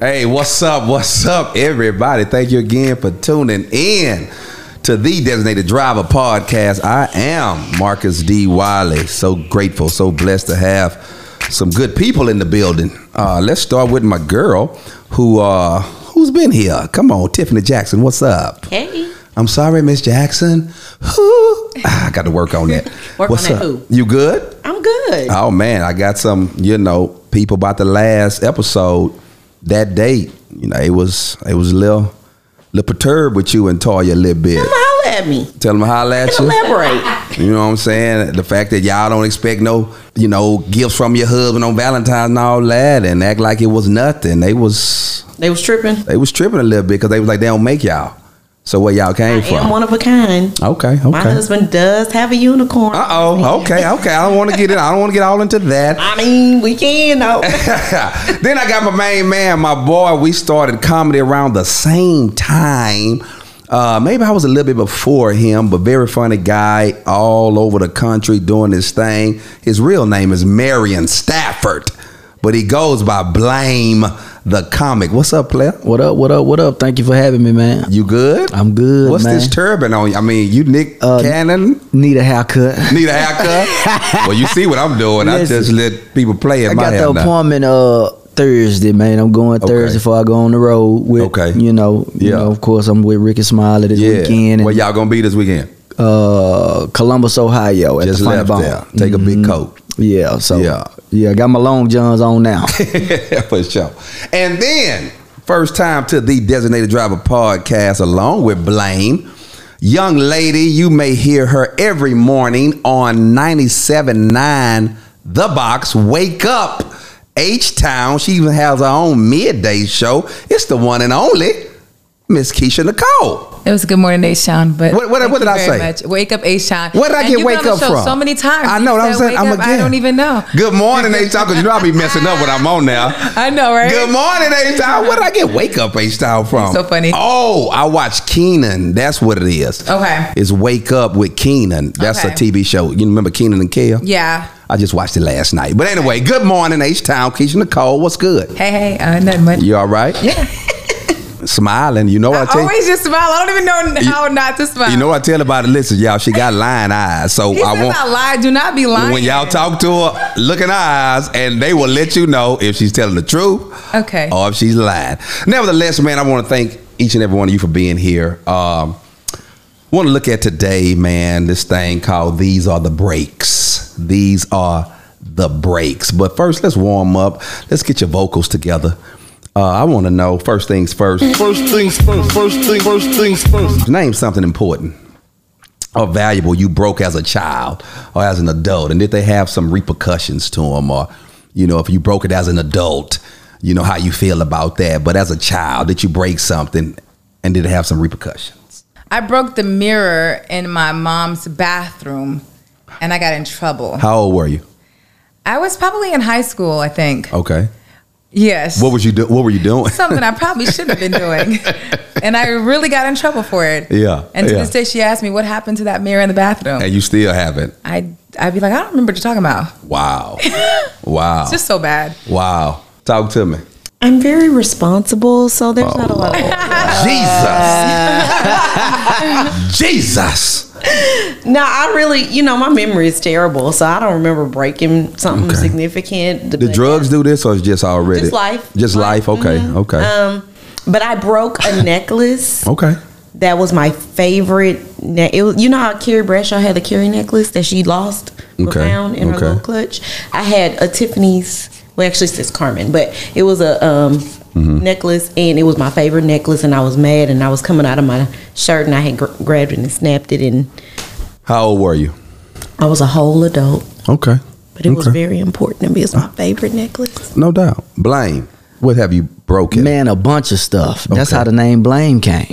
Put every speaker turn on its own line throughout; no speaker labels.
Hey, what's up? What's up, everybody? Thank you again for tuning in to the Designated Driver Podcast. I am Marcus D. Wiley. So grateful, so blessed to have some good people in the building. Uh, let's start with my girl who uh, who's been here. Come on, Tiffany Jackson. What's up?
Hey.
I'm sorry, Miss Jackson. Who? Ah, I got to work on that.
Work on
What's
that
up?
who?
You good?
I'm good.
Oh man, I got some, you know, people about the last episode, that date, you know, it was it was a little little perturbed with you and Toya a little bit.
Come holler at me.
Tell them holla at you.
Elaborate.
You know what I'm saying? The fact that y'all don't expect no, you know, gifts from your husband on Valentine's and all that and act like it was nothing. They was
they was tripping.
they was tripping a little bit because they was like they don't make y'all. So where y'all came
I am
from.
one of a kind.
okay, okay.
My husband does have a unicorn.
Uh oh. Okay. Okay. I don't want to get it. I don't want to get all into that.
I mean, we can though.
then I got my main man, my boy. We started comedy around the same time. Uh, maybe I was a little bit before him, but very funny guy, all over the country doing his thing. His real name is Marion Stafford, but he goes by Blame the Comic. What's up, player?
What up? What up? What up? Thank you for having me, man.
You good?
I'm good,
What's
man.
this turban on? you? I mean, you Nick
Uh,
Cannon.
Need a haircut.
Need a haircut? well, you see what I'm doing. I
Listen,
just let people play in
I
my
got
hair
the
now.
appointment uh Thursday, man. I'm going
Okay.
Thursday before I go on the road with
Okay.
you know, you
Yeah.
know, of course I'm with Ricky Smiley this
Yeah.
weekend in
Where y'all gonna be this weekend?
uh Columbus, Ohio at
Just
the Funny
left
Bone. Mm-hmm.
there. Take a big coat.
Yeah, so
Yeah.
yeah, got my long johns on now.
For sure. And then first time to the Designated Driver podcast, along with Blame. Young lady, you may hear her every morning on 97.9 The Box. Wake up, H Town. She even has her own midday show. It's the one and only Miss Keisha Nicole.
It was a good morning, H Town. But
What- what-
thank
what did
you
I
very
say?
Much. Wake up, H Town.
Where did I
And
get
you've
wake
been on
up
the show
from?
So many times.
I know. That's
You
what I'm
said,
saying.
"Wake
I'm
up."
again.
I don't even know.
Good morning, H Town, because you know I be messing up when I'm on now.
I know, right?
Good morning, H Town. Where did I get wake up H Town from?
So funny.
Oh, I watched Keenan. That's what it is.
Okay.
It's Wake Up with Keenan. That's a
Okay.
TV show. You remember Keenan and Kel?
Yeah.
I just watched it last night. But anyway, good morning, H Town. Keisha Nicole, what's good?
Hey, hey. Uh, nothing much.
You all right?
Yeah.
Smiling. You know
I
what I, tell
always just smile. I don't even know
You-
how not to smile.
you know what I tell about it? Listen, y'all, she got lion eyes. So
He
I
says
won't
I lie. Do not be lying.
when y'all talk to her, look in her eyes, and they will let you know if she's telling the truth
Okay.
or if Oh, she's lying. Nevertheless, man, I want to thank each and every one of you for being here. Um, want to look at today, man, this thing called These Are the Breaks. These are the breaks. But first, let's warm up. Let's get your vocals together. Uh, I want to know first things first.
First things first, first thing, first things first.
Name something important or valuable you broke as a child or as an adult, and did they have some repercussions to them? Or, you know, if you broke it as an adult, you know how you feel about that. But as a child, did you break something, and did it have some repercussions?
I broke the mirror in my mom's bathroom, and I got in trouble.
How old were you?
I was probably in high school. I think.
Okay,
Yes.
what was you do- What were you doing?
something I probably shouldn't have been doing. and I really got in trouble for it.
Yeah,
And to
yeah.
this day, she asked me, What happened to that mirror in the bathroom?
and you still haven't.
I'd, I'd be like, I don't remember what you're talking about.
Wow, wow,
It's just so bad.
wow. Talk to me,
I'm very responsible, so there's not a lot.
Oh.
Of,
Jesus, Jesus.
no, I really, you know, my memory is terrible, so I don't remember breaking something
Okay.
significant.
The drugs do this, or it's just already
Just life.
Just life. Okay,
Mhm.
okay,
Um, but I broke a necklace
okay.
that was my favorite. Ne- it was, you know how Carrie Bradshaw had the Carrie necklace that she lost, but
Okay,
found in her
okay.
little clutch. I had a Tiffany's. Well, actually, it's Carmen, but it was a um,
Mm-hmm.
necklace, and it was my favorite necklace. And I was mad, and I was coming out of my shirt, and I had gr- grabbed it and snapped it, and
How old were you?
I was a whole adult.
Okay.
But it was
Okay.
very important to me. It's my favorite necklace.
No doubt. Blame. What have you broken?
Man, a bunch of stuff. That's
Okay.
how the name Blame came.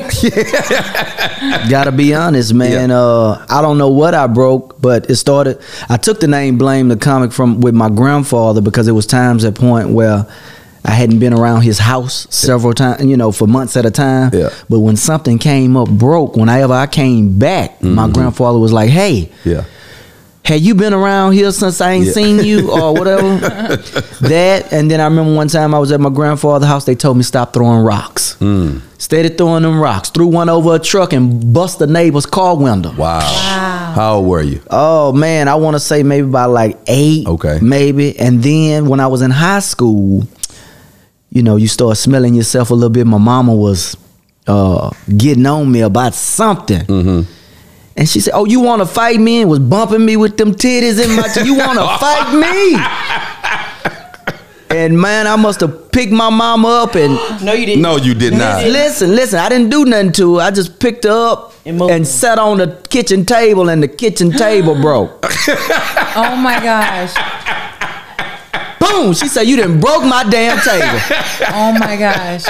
Gotta be honest, man.
Yeah.
Uh, I don't know what I broke, but it started. I took the name Blame the comic from with my grandfather because it was times at point where I hadn't been around his house several times, you know, for months at a time.
Yeah.
But when
Mm-hmm.
something came up broke, whenever I came back, my grandfather was like, "Hey,
Yeah.
Had you been around here since I ain't
Yeah.
seen you or whatever? that and then I remember one time I was at my grandfather's house. They told me stop throwing rocks.
Hmm.
Mm. Steady throwing them rocks. Threw one over a truck and bust the neighbor's car window.
Wow. How old were you?
Oh man, I want to say maybe by like eight.
Okay.
Maybe. And then when I was in high school, you know, you start smelling yourself a little bit. My mama was uh, getting on me about something. And she said, "Oh, you want to fight me?" And was bumping me with them titties in my. T- you want to fight me? And man, I must have picked my mama up and
No, you didn't.
No, you did not.
Listen, listen. I didn't do nothing to her. I just picked her up
And
and,
moved her.
sat on the kitchen table, and the kitchen table broke.
Oh my gosh.
Boom! She said, "You didn't broke my damn table."
Oh my gosh.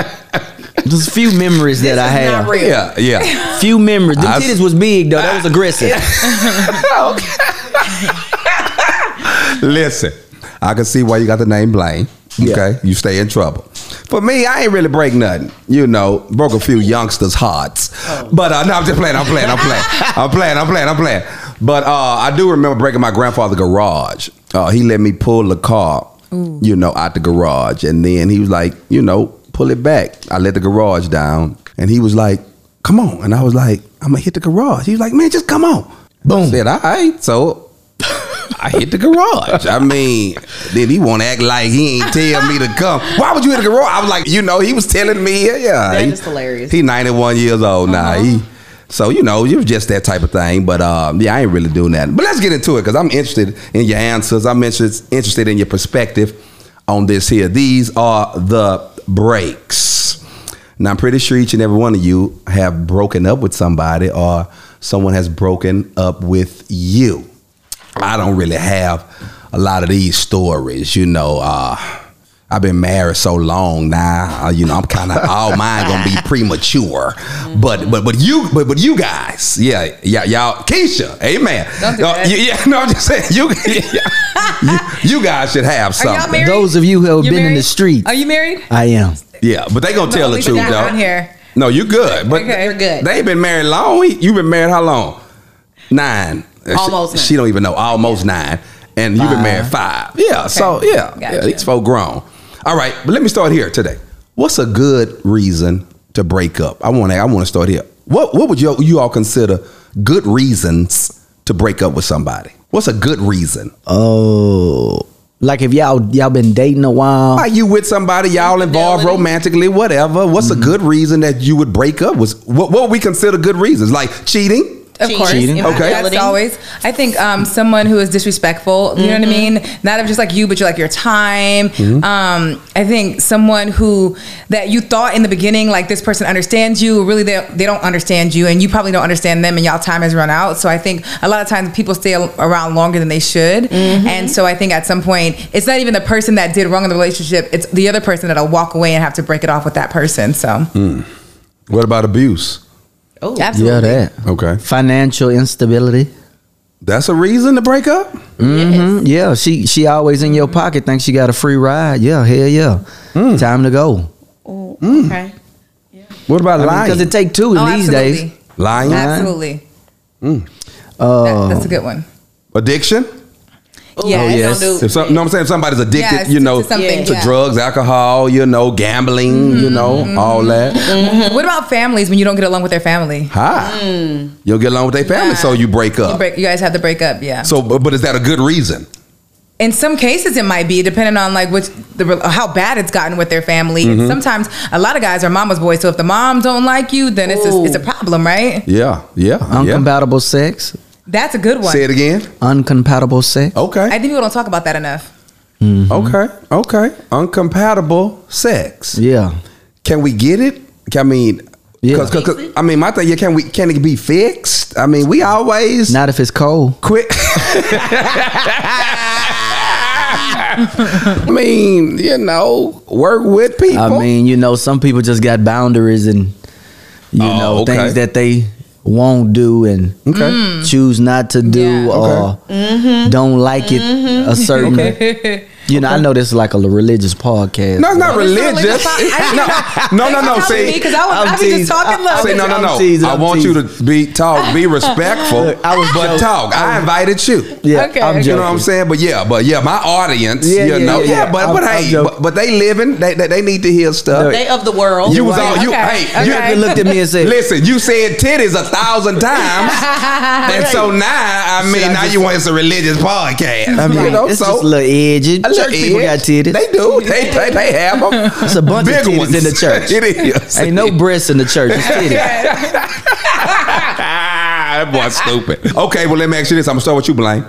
There's a few memories that I
not
have.
real.
Yeah, yeah.
Few memories. The
I s-
titties was big though. That was aggressive.
Listen, I can see why you got the name Blaine.
Yeah.
Okay, you stay in trouble. For me, I ain't really break nothing. You know, broke a few youngsters' hearts. But uh, no, I'm just playing. I'm playing. I'm playing. I'm playing. I'm playing. I'm playing. But uh, I do remember breaking my grandfather's garage. Uh, he let me pull the car, you know, out the garage, and then he was like, you know, pull it back. I let the garage down, and he was like, "Come on," and I was like, "I'm gonna hit the garage." He was like, "Man, just come on." Boom. I said, "All right." So I hit the garage. I mean, then he want to act like he ain't tell me to come. Why would you hit the garage? I was like, you know, he was telling me, yeah, yeah.
That
he,
is hilarious. Uh-huh.
He 91 years old now. He, so you know, it was just that type of thing. But um, yeah, I ain't really doing that. But let's get into it because I'm interested in your answers. I'm interested interested in your perspective on this here. These are the breaks. Now I'm pretty sure each and every one of you have broken up with somebody or someone has broken up with you. I don't really have a lot of these stories, you know. Uh, I've been married so long now, uh, you know. I'm kind of all mine gonna be premature, but
Mm-hmm.
but but you but but you guys, yeah, yeah, y'all, Keisha, amen.
Don't do
Uh,
that.
you- yeah, no, I'm just saying you, you, you guys should have
Are y'all
something.
married?
Those of you who have
You
been in
married?
the streets.
Are you married?
I am.
Yeah, but they gonna
the
tell the
only
truth
thing
though.
around here.
No, you good. But
Okay. You're good.
They ain't been married long. He- You been married how long? Nine. Uh, she-
Almost
She,
nine.
don't even know. Almost nine. And you been married five. Yeah. So
Okay.
yeah, yeah.
Gotcha.
These folk grown. All right, but let me start here today. What's a good reason to break up? I want to. I want to start here. What What would you you all consider good reasons to break up with somebody? What's a good reason?
Oh, like if y'all y'all been dating a while.
Oh,
Are you with somebody? Y'all involved
Infidelity.
romantically, whatever. What's a good reason that you would break up? Was what, what we consider good reasons? Like cheating?
Of
Cheating.
course.
Cheating.
Okay.
That's always. I think um, someone who is disrespectful, you know what I mean? Not of just like you, but you're like your time.
Mm-hmm.
Um, I think someone who that you thought in the beginning, like this person understands you, really they, they don't understand you and you probably don't understand them and y'all time has run out. So I think a lot of times people stay al- around longer than they should. And so I think at some point, it's not even the person that did wrong in the relationship, it's the other person that'll walk away and have to break it off with that person. So
What about abuse?
Oh,
yeah,
absolutely.
that.
Okay,
Financial instability.
that's a reason to break up.
Mhm, Yeah, she she always in your pocket. Thinks she got a free ride. Yeah, hell yeah. Time to go.
Oh, okay.
What about lying?
Because it take two in
Oh,
these
absolutely.
days.
lying,
Absolutely.
Uh,
That- that's a good one.
addiction.
Yes.
Don't
yes.
do-
Oh, If some, know what I'm saying, if somebody's addicted,
Yes,
you
to-
know,
to
to,
something, yeah. Mm-hmm.
drugs, alcohol, you know, gambling, you know, all that.
What about families when you don't get along with their family?
Hi, you'll get along with their family,
Mm.
so
Yeah.
you break up.
You, break, you guys have to break up, yeah.
so, but, but is that a good reason?
in some cases, it might be depending on like which the re- how bad it's gotten with their family.
Mm-hmm.
And sometimes a lot of guys are mama's boys, so if the mom don't like you, then it's a,
Ooh.
it's a problem, right?
Yeah, yeah, yeah.
Uncompatible sex.
That's a good one.
Say it again.
Uncompatible sex.
Okay.
I think people don't talk about that enough.
Okay, okay. Uncompatible sex.
Mm-hmm. Yeah.
Can we get it? Can- I mean,
Yeah.
cause, 'cause- 'cause- I mean, my thing. Yeah, can we? Can it be fixed? I mean, we always
Not if it's cold.
quit. I mean, you know, work with people.
I mean, you know, some people just got boundaries and you
Oh,
know
okay.
things that they won't do and
okay.
choose not to do
Mm. Yeah. Mm-hmm.
or don't like it a certain. You know, I know this is like a religious podcast.
No, it's not
Well, it's not
religious.
religious. I- I-
no, no, no, no.
Thanks for
See,
helping me, 'cause I was-
I'm
I was just
teasing.
talking low.
See, no, no,
I'm
no.
teasing,
I
I'm
want you to be talk, be respectful,
Look, I was
but
joking.
talk. I invited you.
Yeah,
Okay,
I'm
okay.
joking.
You know what I'm saying? But yeah, but yeah, my audience,
Yeah,
you
yeah,
know, yeah,
yeah, yeah.
but but
I'm- I'm
hey,
joking.
but, but they living, they, they they need to hear stuff.
They of the world.
you was
right.
all you, hey,
Okay,
You
you-
okay.
looked at me and said,
listen, you said titties a thousand times, and so now I mean,
Should I
now
just-
you want it's a religious podcast.
I mean,
you know,
it's
so
just a little edgy.
a
Church
little
people got
edge.
titties.
They do. They they, they have them.
It's a bunch of
Big
titties
ones
in the church.
it is.
Ain't no breasts in the church. It's titties.
that boy's stupid. Okay, well let me ask you this. I'm gonna start with you, Blaine.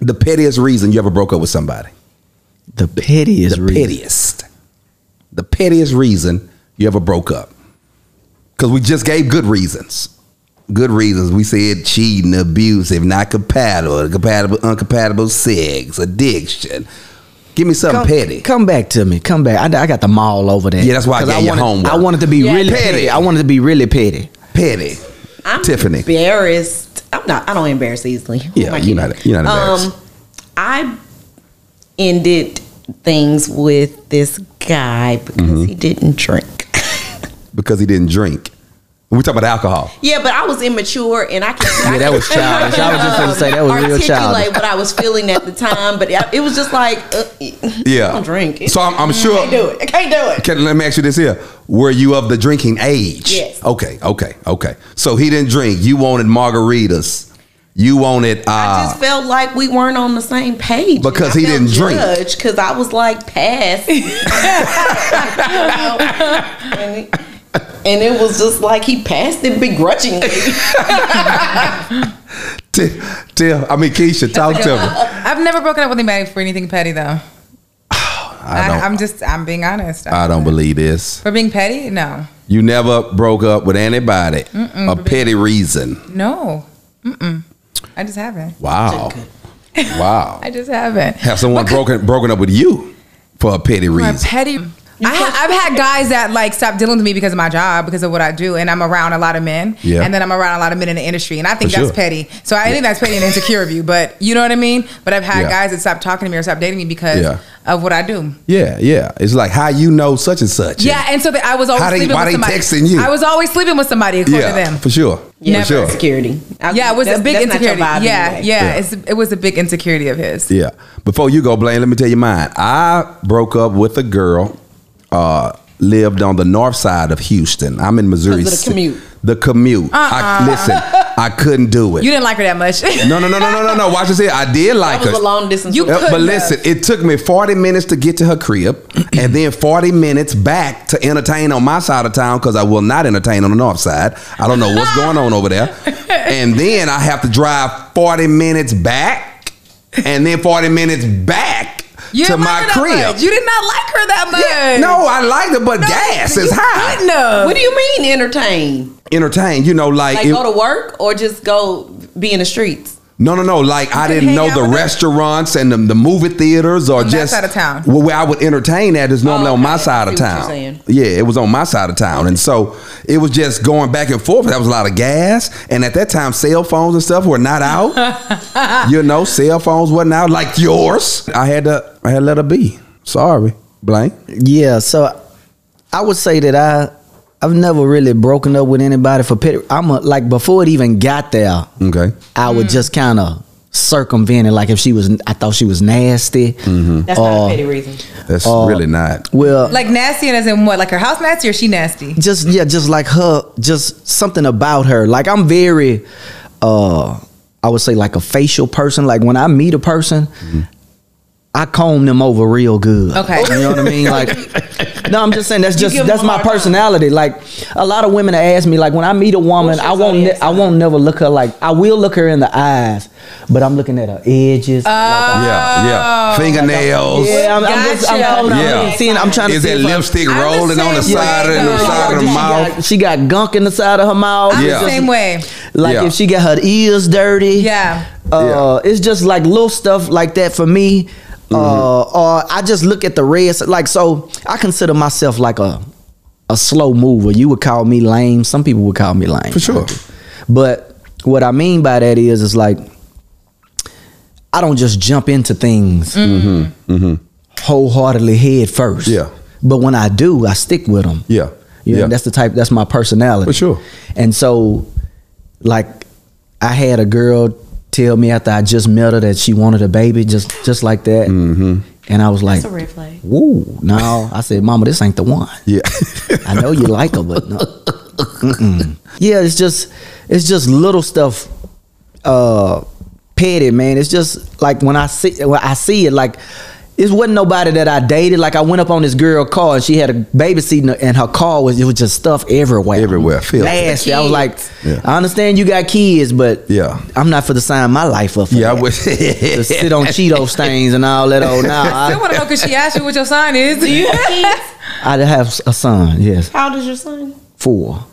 The pettiest reason you ever broke up with somebody.
the pettiest
the
reason.
pettiest, the pettiest reason you ever broke up. Because we just gave good reasons. Good reasons. We said cheating, abusive, not compatible, compatible, uncompatible sex, addiction. Give me something
Come,
petty.
come back to me. Come back. I, I got the mall over there.
Yeah, that's why I
'Cause
gave you
wanted,
homework.
I wanted to be
Yeah.
really
Petty.
petty. I wanted to be really petty.
Petty.
I'm
Tiffany.
embarrassed. I'm not. I don't embarrass easily. Who
Yeah,
am I
you're not-
kidding?
you're
Um,
not embarrassed.
I ended things with this guy because
Mm-hmm.
he didn't drink.
Because he didn't drink. We talk about alcohol.
Yeah, but I was immature, and I can.
Yeah, that was childish. I was just gonna say that was real
articulate
childish.
what I was feeling at the time, but it was just like, uh,
Yeah.
I don't drink.
So I'm, I'm sure.
can't do it. I can't do it.
Can, let me ask you this here. Were you of the drinking age?
Yes.
Okay, okay, okay. So he didn't drink. You wanted margaritas. You wanted. Uh,
I just felt like we weren't on the same page
Because he didn't drink.
Because I was like pass, and, it, and it was just like he passed it begrudgingly.
Tell, tell, I mean, Keisha, talk to me.
I've never broken up with anybody for anything petty though.
I
I
don't, I,
I'm just I'm being honest.
don't believe this.
for being petty? No.
You never broke up with anybody. a petty reason.
No. Mm-mm. I just haven't.
Wow. Wow.
I just haven't.
Have someone broken broken up with you for a petty
My
reason.
petty. I ha- I've had guys that like stop dealing with me because of my job, because of what I do, and I'm around a lot of men,
Yeah.
and then I'm around a lot of men in the industry, and I think
For
that's
sure.
petty. So I think that's petty and insecure of you, but you know what I mean. But I've had
Yeah.
guys that stop talking to me or stop dating me because
Yeah.
of what I do.
yeah, yeah. It's like how you know such and such.
Yeah, and so that I was always
How they-
sleeping
why
with
they
somebody.
texting you?
I was always sleeping with somebody according
yeah,
to them.
for sure.
Never
For sure.
insecurity. I-
Yeah, it was
that's-
a big
that's not your
insecurity.
vibe
yeah,
anyway.
yeah,
Yeah.
It's, it was a big insecurity of his.
Yeah. Before you go, Blaine, let me tell you mine. I broke up with a girl, uh, lived on the north side of Houston. I'm in Missouri.
'Cause of the
Ci-
commute.
The commute.
Uh-uh.
I, listen, I couldn't do it.
You didn't like her that much.
no, no, no, no, no, no, no. Watch this here. I did like
That was
her.
a long distance.
You
relationship.
Yep, but
couldn't
listen, it took me 40 minutes to get to her crib and then 40 minutes back to entertain on my side of town because I will not entertain on the north side. I don't know what's going on over there. And then I have to drive 40 minutes back and then 40 minutes back
You
to
didn't like
my
her that
crib.
much. You did not like her that much.
Yeah, no, I liked it, but
No,
gas
you
is high.
couldn't have.
What do you mean entertain?
Entertain, you know, like,
Like
it-
go to work or just go be in the streets?
No, no, no. Like I
couldn't
didn't
hang
know
out
the
with her?
restaurants and the, the movie theaters or
that
just
side of town.
Well, where I would entertain at is normally
Oh,
on my
okay.
side
I
of
see what you're
town.
saying.
Yeah, it was on my side of town, and so it was just going back and forth. That was a lot of gas, and at that time, cell phones and stuff were not out. you know, cell phones wasn't out like yours. I had to, I had to let her be. Sorry, blank.
Yeah, so I would say that I I've never really broken up with anybody for petty. I'm a, like before it even got there.
Okay.
I would just kind of circumvent it. Like if she was, I thought she was nasty.
That's not
Uh,
or-
a petty reason.
That's
Uh,
really not.
Well,
Like nasty and as in what? Like her house nasty or she nasty?
just yeah, just like her, just something about her. Like I'm very, uh, I would say like a facial person. Like when I meet a person, I comb them over real good.
Okay.
you know what I mean. Like, no, I'm just saying that's just
give 'em
that's
a
my
hard time.
personality. Like a lot of women ask me, like when I meet a
What's
woman,
your
I won't ne-
zodiac
I won't never look her like I will look her in the eyes, but I'm looking at her edges.
Oh,
like,
yeah, yeah. Fingernails.
yeah, I'm, I'm just I'm
Gotcha.
combing her.
Yeah.
I'm seeing. I'm trying to
Is
see
that
if I-
lipstick
I'm the
rolling on the
same
side
way,
of the
though.
side of the
she
mouth?
Got, she got gunk in the side of her mouth.
I'm
Yeah.
the same way.
Like
Yeah.
if she got her ears dirty.
Yeah.
Uh, It's just like little stuff like that for me. Uh,
Mm-hmm.
or I just look at the red. s- Like so, I consider myself like a a slow mover. You would call me lame. Some people would call me lame.
For sure.
But what I mean by that is, is like I don't just jump into things wholeheartedly head first.
Mm-hmm. Yeah.
But when I do, I stick with them.
Yeah.
You know,
Yeah.
That's the type. That's my personality.
For sure.
And so, like, I had a girl tell me after I just met her that she wanted a baby, just just like that. Mm-hmm. And I was like,
That's a red flag.
"Woo!" No, I said, "Mama, this ain't the one."
Yeah.
I know you like her, but no. Mm-mm. Yeah, it's just it's just little stuff. Uh, petty man. It's just like when I see when I see it like. It wasn't nobody that I dated. Like I went up on this girl car and she had a baby seat in her- and her car was it was just stuff everywhere.
Everywhere. Filthy.
Nasty. I was like,
Yeah.
I understand you got kids, but
Yeah.
I'm not for to sign my life up for
Yeah, I
that.
would-
to sit on Cheeto stains and all that old now.
I want to know because she asked you what your sign is.
I, I have a son, yes.
How old is your son?
Four.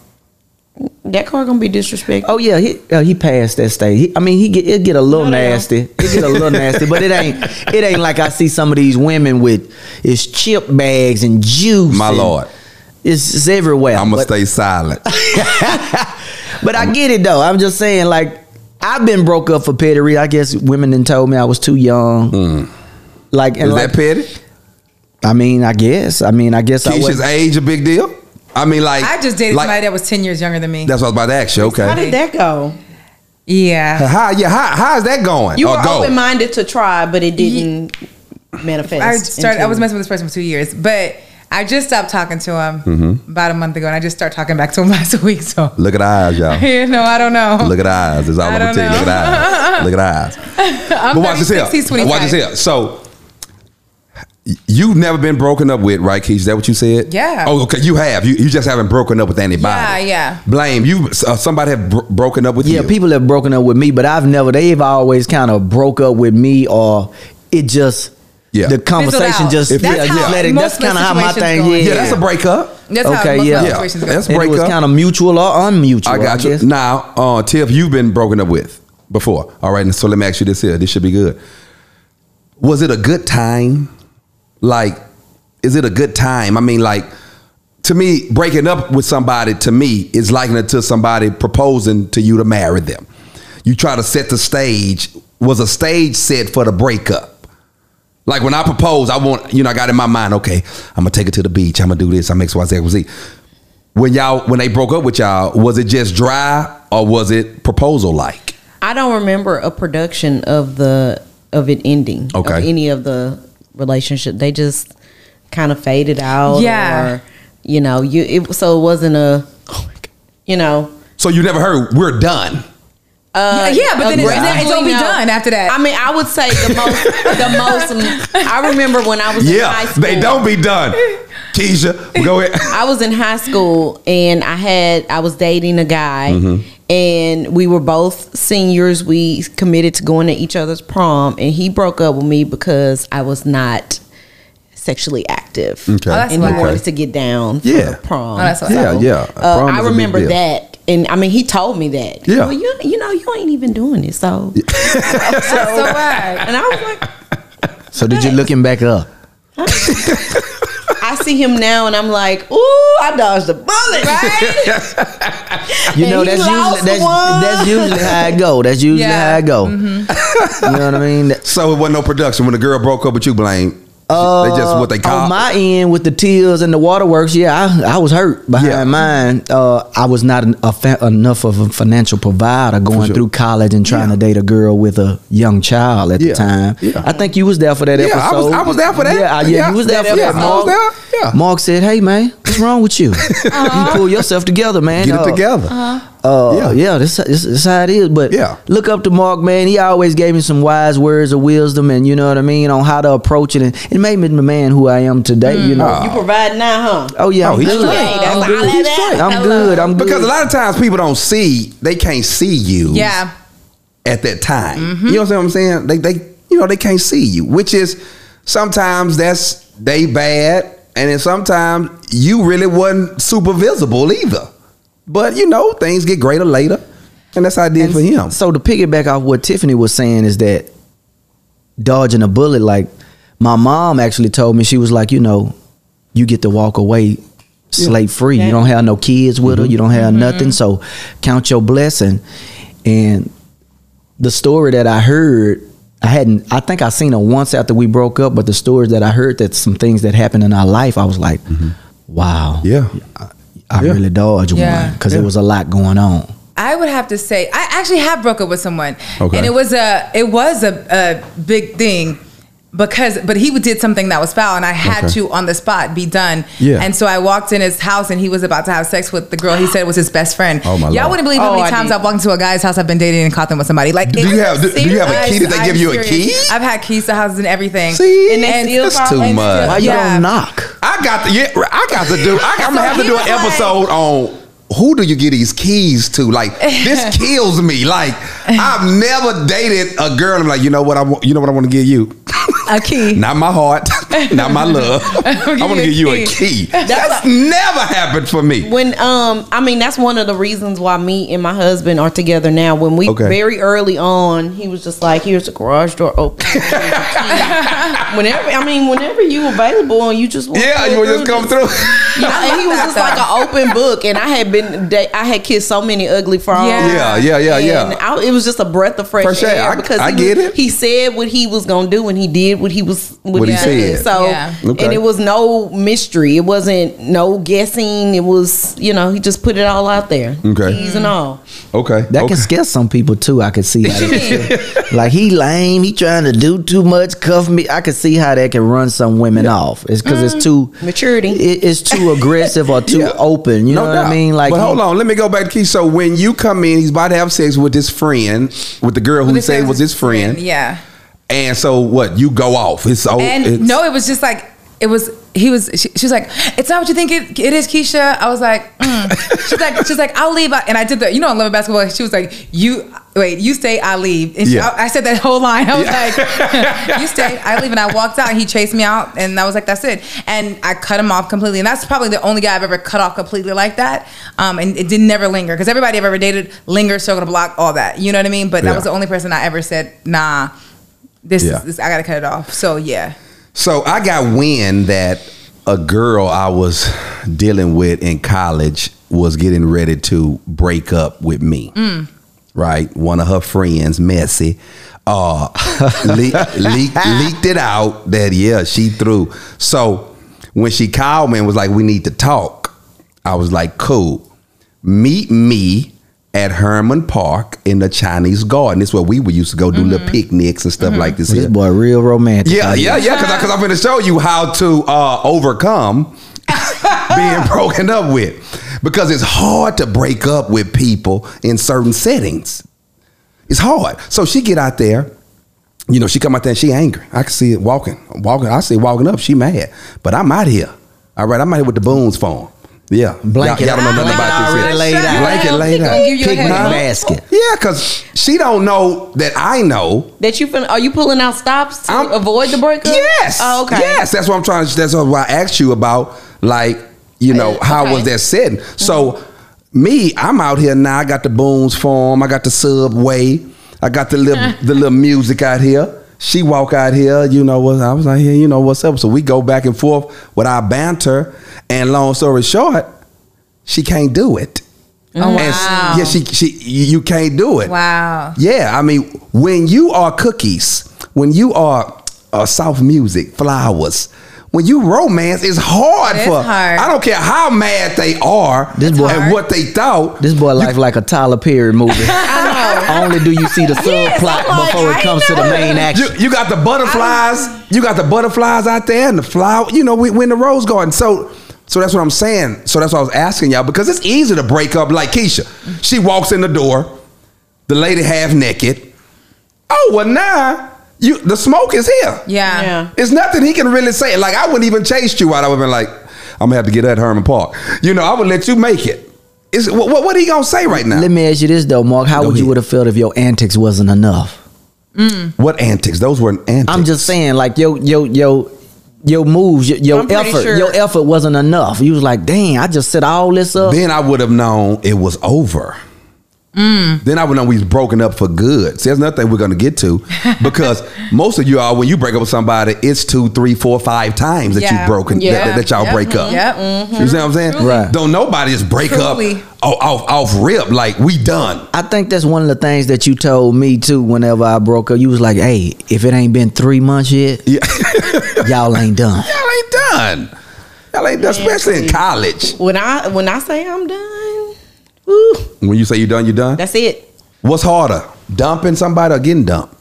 That car gonna be disrespectful.
Oh yeah, he uh, he passed that stage. He, I mean, he get it get a little
No, they don't.
nasty. It get a little nasty, but it ain't it ain't like I see some of these women with it's chip bags and juice.
My
and
lord.
it's, it's everywhere.
I'm gonna
but,
stay silent.
but I get it though. I'm just saying, like I've been broke up for petty. reasons. I guess women then told me I was too young. Like and
Hmm. Is
like,
that petty?
I mean, I guess. I mean, I guess I
Keisha's
was.
age a big deal? I mean, like
I just dated
like-
somebody that was 10 years younger than me.
That's what I was about to ask you.
How
Okay.
did that go?
Yeah.
How yeah? How, how is that going?
You
Or
were
go.
open minded to try, but it didn't manifest.
I started. I
into-
was messing with this person for two years, but I just stopped talking to him
Mm-hmm.
about a month ago, and I just started talking back to him last week. So
Look at the eyes, y'all.
you know, I don't know.
Look at the eyes. That's all
I
I'm gonna
don't
tell you. Look at the eyes. Look at the eyes.
I'm
but watch this
36, he's
here. Watch
25.
this here. So y- you've never been broken up with, right, Keisha? Is that what you said?
Yeah.
Oh, okay. You have. You, you just haven't broken up with anybody.
Yeah, yeah.
Blame you. Uh, somebody have bro- broken up with
Yeah,
you.
people have broken up with me, but I've never. They've always kind of broke up with me, or it just.
Yeah.
The
Fizzled
conversation
out.
just,
If-
yeah,
That's
just
how
let it. That's
most of the
kind of how my thing
situations go.
is.
Yeah, that's a breakup.
That's how
Okay,
most
yeah.
yeah.
Yeah,
situations go.
that's-
And it was
breakup.
kind of mutual or unmutual.
I got you.
guess.
Now, uh, Tiff, you've been broken up with before. All right. And so let me ask you this here. This should be good. Was it a good time? Like, is it a good time? I mean, like, to me, breaking up with somebody to me is likened to somebody proposing to you to marry them. You try to set the stage. Was a stage set for the breakup? Like when I propose, I want, you know, I got in my mind, okay, I'm gonna take it to the beach, I'm gonna do this, I'm X, Y, Z, X, Z. When y'all, when they broke up with y'all, was it just dry or was it proposal like?
I don't remember a production of the of it ending. of
Okay.
any of the relationship, they just kind of faded out.
Yeah.
Or, you know, you it, so it wasn't a.
Oh
You know,
So you never heard, we're done.
uh,
Yeah, yeah, but then it's-
aggressively,
it's gonna be
no.
done after that.
I mean, I would say the most, the most. I remember when I was in high
Yeah,
school.
they don't be done. Keisha, go ahead.
I was in high school and I had I was dating a guy
Mm-hmm.
and we were both seniors. We committed to going to each other's prom and he broke up with me because I was not sexually active.
Okay. Oh,
that's
and
why.
he wanted to get down for
Yeah.
the prom.
Oh, that's why.
Yeah, yeah.
Uh,
Prom is
I
a big
remember
deal.
that. And I mean he told me that.
Yeah.
Well you you know, you ain't even doing it, so
That's so bad.
and I was like
So did you look him back up?
I see him now and I'm like, ooh, I dodged a bullet. Right?
You
And
know
he
that's usually
lost
that's,
one.
that's usually how it go. That's usually
Yeah.
how it go. You know what I mean? That-
So it wasn't no production. When the girl broke up with you, Blaine,
Uh,
they just what they call
on my end with the teals and the waterworks. Yeah, I, I was hurt behind
Yeah.
mine. Uh, I was not an, a fa- enough of a financial provider going
sure.
through college and trying to date a girl with a young child at
Yeah.
the time.
Yeah.
I think you was there for that
Yeah, I was-
episode.
I was there for that.
Yeah, I- yeah,
Yeah.
you was there for
Yeah,
that.
I was
Mark,
there. Yeah.
Mark said, "Hey man, what's wrong with you? you pull yourself together, man.
Get it
Uh,
together.
uh,
Yeah.
yeah, this, this, this how it is. But
Yeah.
look up to Mark, man. He always gave me some wise words of wisdom, and you know what I mean on how to approach it. And it made me the man who I am today. You know.
You provide now, huh?
Oh
Mm.
yeah,
Oh,
I'm
he's
good.
straight.
That's
I'm
all
good.
that
He's
is.
straight. I'm good. I'm good.
Because a lot of times people don't see, they can't see you.
Yeah.
at that time. You know what I'm saying? They they you know they can't see you, which is sometimes that's they bad, and then sometimes you really wasn't super visible either. But you know things get greater later, and that's how it did for him.
So to piggyback off what Tiffany was saying is that dodging a bullet, like my mom actually told me, she was like, you know, you get to walk away slate free. You don't have no kids with
Mm-hmm.
her, you don't have nothing. So count your blessing. And the story that I heard, I hadn't. I think I seen her once after we broke up, but the stories that I heard that some things that happened in our life, I was like, wow,
Mm-hmm. Yeah.
I, I
Yeah.
really dodged
Yeah.
one because
Yeah.
there was a lot going on.
I would have to say I actually have broke up with someone,
Okay.
and it was a it was a, a big thing because but he did something that was foul, and I had
Okay.
to on the spot be done.
Yeah.
And so I walked in his house, and he was about to have sex with the girl he said was his best friend.
Oh, my
Y'all
Lord.
wouldn't believe how
Oh,
many
I
times
did.
I've walked into a guy's house, I've been dating and caught them with somebody. Like,
Do you have- do- do you have a key? Did they give you a key?
I've had keys to houses and everything.
See,
And they still
that's
probably-
too
and
much.
still-
Why you
Yeah.
don't knock?
I got the, yeah, I got to do. I, I'm
So
gonna have to
he
do an
was like-
episode on who do you get these keys to? Like this kills me. Like I've never dated a girl. I'm like, you know what? I want- you know what I want to give you.
A key.
Not my heart, not my love. I
Give
want to
you a
give you a key.
key.
That's never happened for me.
When um, I mean that's one of the reasons why me and my husband are together now. When we
Okay.
very early on, he was just like, "Here's the garage door open." Here's the key." whenever I mean, whenever you available and you just want
Yeah,
to
you
go
will just come through.
Yeah, and he was just like an open book, and I had been da- I had kissed so many ugly frogs.
Yeah, yeah, yeah, yeah.
And I, it was just a breath of fresh,
Fresh air.
air,
I-
because
I
he
get
was-
it.
He said what he was gonna do, and he did what he was what,
What
he,
he
said.
said.
So,
Yeah.
Okay.
and it was no mystery. It wasn't no guessing. It was you know he just put it all out there.
Okay.
keys and all.
Okay,
That
okay.
can scare some people too. I could see, how that like he lame, he trying to do too much, cuff me. I could see how that can run some women off. It's because it's too
Mm. Maturity.
It, it's too aggressive or too open. You know what
doubt.
I mean? Like,
but hold
he-
on, let me go back to Key. So when you come in, he's about to have sex with his friend, with the girl who he said was his friend.
Yeah.
And so what? You go off. It's oh,
And
it's,
no, it was just like it was. He was. She, she was like, "It's not what you think it, it is, Keisha." I was like, mm. "She's like, she's like, I'll leave." And I did the, you know, I love basketball. She was like, "You wait, you stay, I leave." And she-
Yeah.
I, I said that whole line. I was
Yeah.
like, "You stay, I leave," and I walked out. And he chased me out, and I was like, "That's it." And I cut him off completely. And that's probably the only guy I've ever cut off completely like that. Um, and it did never linger because everybody I've ever dated lingers, circle the block, all that. You know what I mean? But
Yeah.
that was the only person I ever said, "Nah." This,
Yeah.
is, this I gotta cut it off. So yeah.
So I got wind that a girl I was dealing with in college was getting ready to break up with me. Right? One of her friends, Messy, uh, le- leak- leaked it out that, yeah, she threw. So when she called me and was like, we need to talk, I was like, cool. Meet me at Herman Park in the Chinese Garden. It's where we would used to go do little picnics and stuff like this.
This
here.
boy real romantic.
Yeah,
out
yeah,
here.
yeah. Because because I'm going to show you how to uh, overcome being broken up with, because it's hard to break up with people in certain settings. It's hard. So she get out there. You know, she come out there and she angry. I can see it walking, walking. I see it walking up. She mad, but I'm out here. All right, I'm out here with the boons phone. Yeah,
Blanket.
Y'all, y'all don't know nothing
Blanket
about this.
already
yet.
laid out.
Blanket laid out.
give you a
Picnic
headache.
basket.
Yeah, because she don't know that I know
That you fin- are you pulling out stops to
I'm-
avoid the breakup?
Yes.
Oh, okay.
Yes, that's what I'm trying to. That's what I asked you about. Like, you know,
Uh,
how
okay. Mm-hmm.
was that setting? So, me, I'm out here now. I got the Boone's form. I got the subway. I got the little the little music out here. She walk out here. You know what? I was out here. You know what's up? So we go back and forth with our banter. And long story short, she can't do it.
Oh,
And s-
wow.
yeah, she she you you can't do it.
Wow.
Yeah, I mean, when you are cookies, when you are uh, soft music, flowers, when you romance, it's hard
It is
for.
hard.
I don't care how mad they are
This boy-
and what they thought.
This boy life like a Tyler Perry movie. Only do you see the
Yes,
subplot
I'm like,
before
I
it comes to the
know.
main action.
You, you got the butterflies. You got the butterflies out there and the flower. You know, we, we're in the rose garden. So, so that's what I'm saying. So that's what I was asking y'all because it's easy to break up. Like Keisha, she walks in the door, the lady half naked. Oh well, now you the smoke is here.
Yeah.
Yeah.
It's nothing he can really say. Like I wouldn't even chase you out. I would have been like, I'm gonna have to get at Herman Park. You know, I would let you make it. It's, what, what, what are you gonna say right now?
Let me ask you this though, Mark. How
Go
would you
ahead.
would have felt if your antics wasn't enough?
what antics? Those were antics.
I'm just saying, like yo, yo, yo. Your moves, your, your
I'm pretty
effort,
sure-
your effort wasn't enough. You was like, "Dang, I just set all this up."
Then I would have known it was over.
Mm.
Then I would know we was broken up for good. See, that's another thing we're gonna get to because most of you all, when you break up with somebody, it's two, three, four, five times that
Yeah.
you broken that-
Yeah.
that, that y'all
Yep.
break up.
Yep. Mm-hmm.
You see what I'm saying?
Truly.
Right.
Don't nobody just break
Truly.
up off, off off rip like we done.
I think that's one of the things that you told me too. Whenever I broke up, you was like, "Hey, if it ain't been three months yet,
Yeah.
y'all ain't done."
Y'all ain't done. Y'all ain't done, especially in college.
When I when I say I'm done, woo,
When you say you done, you done.
that's it.
What's harder, dumping somebody or getting dumped?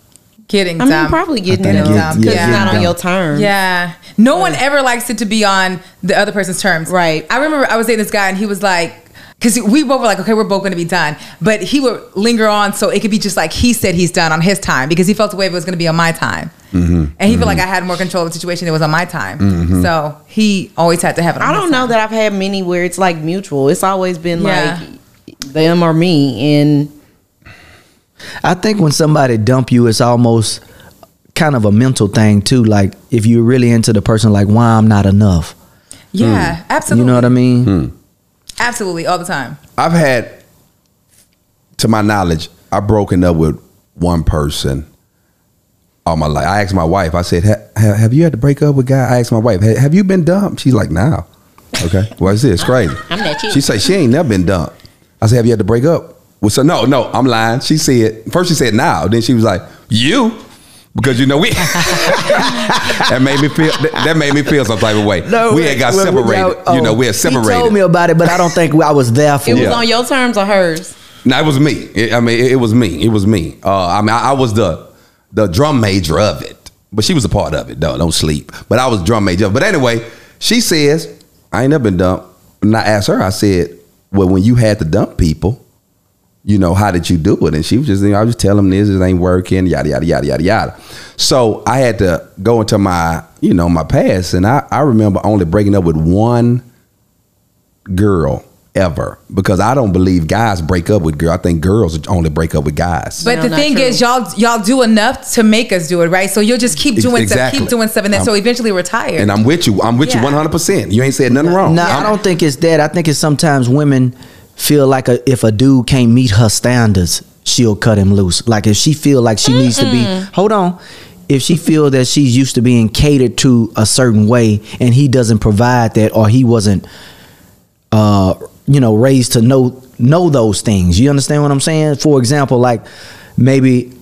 Getting
I mean,
dumb.
probably getting
think
it
it's-
because
yeah,
it's not
getting
on your
dumped.
terms.
Yeah. No one ever likes it to be on the other person's terms.
Right.
I remember I was dating this guy and he was like, because we both were like, okay, we're both going to be done. But he would linger on so it could be just like he said he's done on his time because he felt the way it was going to be on my time.
Mm-hmm.
And he felt like I had more control of the situation. It was on my time. So he always had to have it on
I
his
don't know that I've had many where it's like mutual. It's always been
Yeah.
like them or me, and
I think when somebody dump you, it's almost kind of a mental thing too. Like if you're really into the person, like why I'm not enough.
time. Yeah,
Mm.
absolutely.
You know what I mean?
Hmm.
Absolutely, all the time.
I've had, to my knowledge, I've broken up with one person all my life. I asked my wife, I said, "Ha- ha- Have you had to break up with guy? I asked my wife, "Ha- Have you been dumped? She's like, No. Okay. What's this? Crazy.
I'm that chick.
She said, She ain't never been dumped. I said, Have you had to break up? Well, so no, no, I'm lying. She said, First she said, Now. Then she was like, You? Because you know we that made me feel that, that made me feel some type of way. we had got
when- when
separated.
y'all- oh,
you know, we had separated.
He told me about it, but I don't think I was there for
it was
it.
Yeah.
on your terms or hers.
No, it was me. It- I mean, it, it was me. It was me. Uh, I mean, I, I was the the drum major of it, but she was a part of it. though. don't sleep. But I was drum major. of it. But anyway, she says I ain't never been dumped. And I asked her. I said, "Well, when you had to dump people, you know, how did you do it?" And she was just, you know, I was just telling them this, it ain't working, yada yada yada yada yada. So I had to go into my, you know, my past, and I I remember only breaking up with one girl ever because I don't believe guys break up with girls. I think girls only break up with guys.
But
No,
the
not
thing
true.
is, y'all y'all do enough to make us do it, right? So you'll just keep
Ex-
doing
exactly.
stuff, keep doing stuff, and then so
I'm-
eventually we're tired.
and I'm with you. I'm with
Yeah.
you 100. percent You ain't said nothing wrong.
No, I
I'm-
don't think it's that. I think it's sometimes women feel like a, if a dude can't meet her standards, she'll cut him loose. Like if she feel like she needs to be, hold on. If she feel that she's used to being catered to a certain way and he doesn't provide that or he wasn't uh, you know, raised to know know those things. You understand what I'm saying? For example, like maybe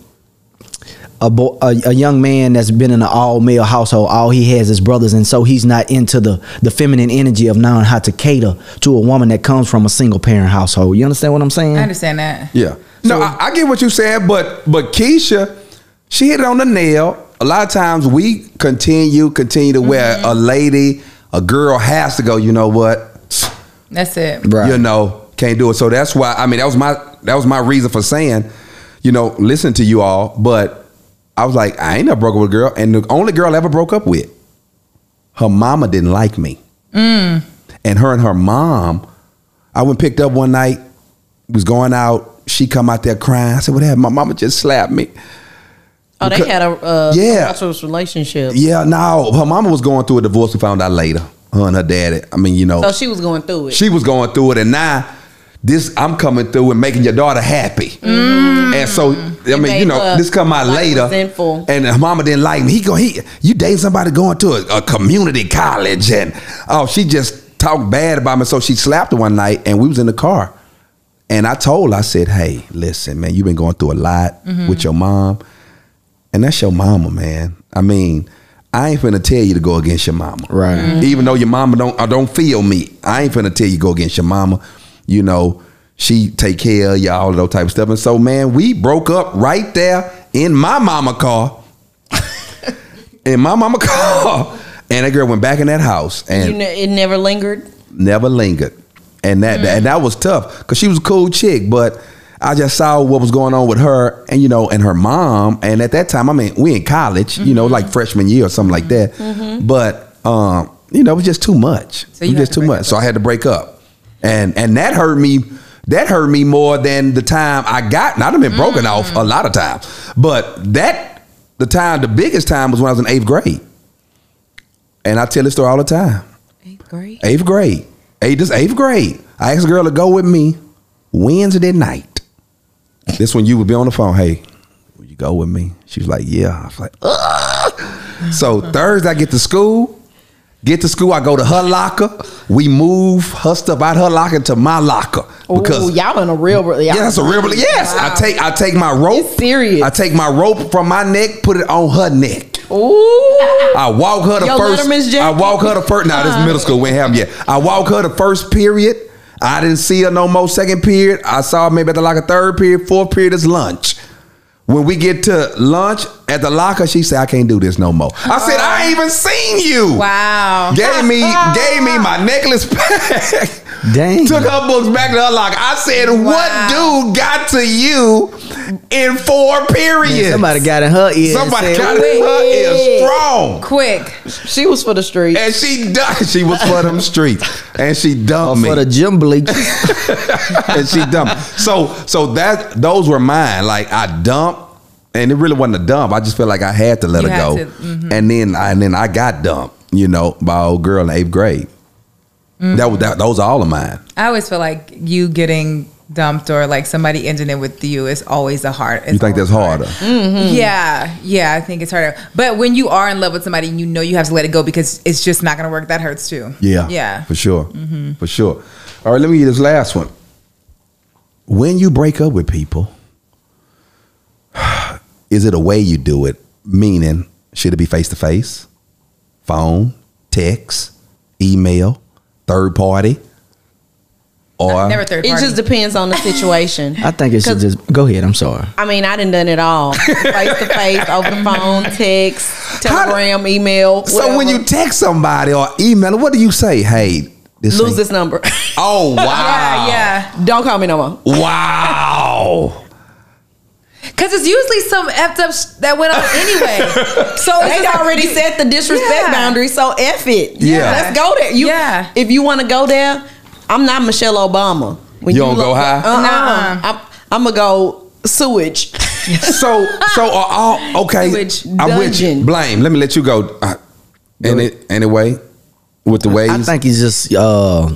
a, bo- a, a young man that's been in an all male household, all he has is brothers, and so he's not into the the feminine energy of knowing how to cater to a woman that comes from a single parent household. You understand what I'm saying?
I understand that.
Yeah. no, I, I get what you're saying, but but Keisha, she hit it on the nail. A lot of times we continue continue to where a lady, a girl has to go. You know what?
That's it.
Right.
you know, can't do it. So that's why I mean that was my that was my reason for saying, you know, listen to you all, but I was like, I ain't never broke up with a girl, and the only girl I ever broke up with, her mama didn't like me, and her and her mom, I went picked up one night, was going out, she come out there crying. I said, what happened? My mama just slapped me.
Oh, they
Because-
had a uh,
Yeah.
tumultuous relationship.
Yeah, no, her mama was going through a divorce. We found out later. Her and her daddy. I mean, you know,
So she was going through it.
She was going through it, and now this I'm coming through and making your daughter happy. And so I mean,
Mm. made
you know,
her,
this come out
like,
later,
resentful.
and her mama didn't like me. He go, he you dating somebody going to a, a community college, and oh, she just talked bad about me. So she slapped her one night, and we was in the car, and I told, her, I said, hey, listen, man, you've been going through a lot
Mm-hmm.
with your mom, and that's your mama, man. I mean. I ain't finna tell you to go against your mama,
Right.
Even though your mama don't uh, don't feel me, I ain't finna tell you go against your mama. You know, she take care of you, all of those type of stuff. And so, man, we broke up right there in my mama car, in my mama car, and that girl went back in that house and
you know, it never lingered.
never lingered. And that
Mm.
and that was tough because she was a cool chick, but I just saw what was going on with her and you know and her mom. And at that time, I mean, we in college, you
Mm-hmm.
know, like freshman year or something like that. But um, you know, it was just too much.
So
it
you
was
had
just too
to break
much.
up.
So I had to break up, and and that hurt me. That hurt me more than the time I got. And I'd have been broken off
Mm.
a lot of times, but that the time, the biggest time was when I was in eighth grade. And I tell this story all the time.
Eighth grade.
Eighth grade. Eighth, this eighth grade. I asked a girl to go with me Wednesday night. This one you would be on the phone. Hey, will you go with me? She was like, yeah. I was like, Ugh. so Thursday I get to school. Get to school, I go to her locker. We move her stuff out her locker to my locker
Ooh, y'all in a real. Y'all
yeah, that's a real. belief. Yes, I take I take my rope.
It's serious.
I take my rope from my neck, put it on her neck.
Ooh.
I walk her the
Yo,
first.
Letterman's jacket.
I walk her the first. Now this is middle school. We ain't have 'em yet. I walk her the first period. I didn't see her no more. Second period, I saw her maybe at the locker. Third period, fourth period is lunch. When we get to lunch at the locker, she said, "I can't do this no more." I said, "I ain't even seen you."
Wow.
Gave me, gave me my necklace back.
Dang.
Took her books back to her locker. I said,
Wow.
"What dude got to you in four periods?"
Somebody got in her ear.
Somebody
and said,
got in her ear
"Wait."
strong.
Quick.
She was for the street.
And she dumped. She was for them streets, and she dumped
"Oh,
me.
for the gym bleach.
and she dumped. So, so that those were mine. Like I dumped, and it really wasn't a dump. I just felt like I had to let
You
her
had
go.
to, mm-hmm.
And then, I, and then I got dumped. You know, by old girl in eighth grade.
Mm.
That was that. Those are all of mine.
I always feel like you getting dumped or like somebody ending it with you is always the hard.
You think that's harder?
Mm-hmm.
Yeah, yeah, I think it's harder. But when you are in love with somebody, you know you have to let it go because it's just not going to work. That hurts too.
Yeah.
yeah. Mm-hmm.
For sure. For sure. All right, let me get this last one. When you break up with people, is it a way you do it? Meaning, should it be face to face, phone, text, email, third party, or
Never third
It
party.
just depends on the situation.
I think it should just go ahead. I'm sorry.
I mean, I done done it all. Face to face, over the phone, text, telegram, email.
so when you
whatever.
text somebody or email, what do you say? Hey, this
lose
ain't-
this number,
Oh wow!
yeah, yeah.
don't call me no more.
Wow!
Because it's usually some effed up sh- that went on anyway. so it's
They
just like
already
you-
set the disrespect
Yeah.
boundary, so F it.
Yeah.
Let's go there. You,
Yeah.
If you want to go there, I'm not Michelle Obama. When
You don't go high?
Uh-uh.
Nuh-uh.
I'm, I'm going to go sewage.
so so are all okay.
Which
I'm with you.
dungeon?
Blame. Let me let you go. Uh, and it, anyway, with the ways
I think it's just uh,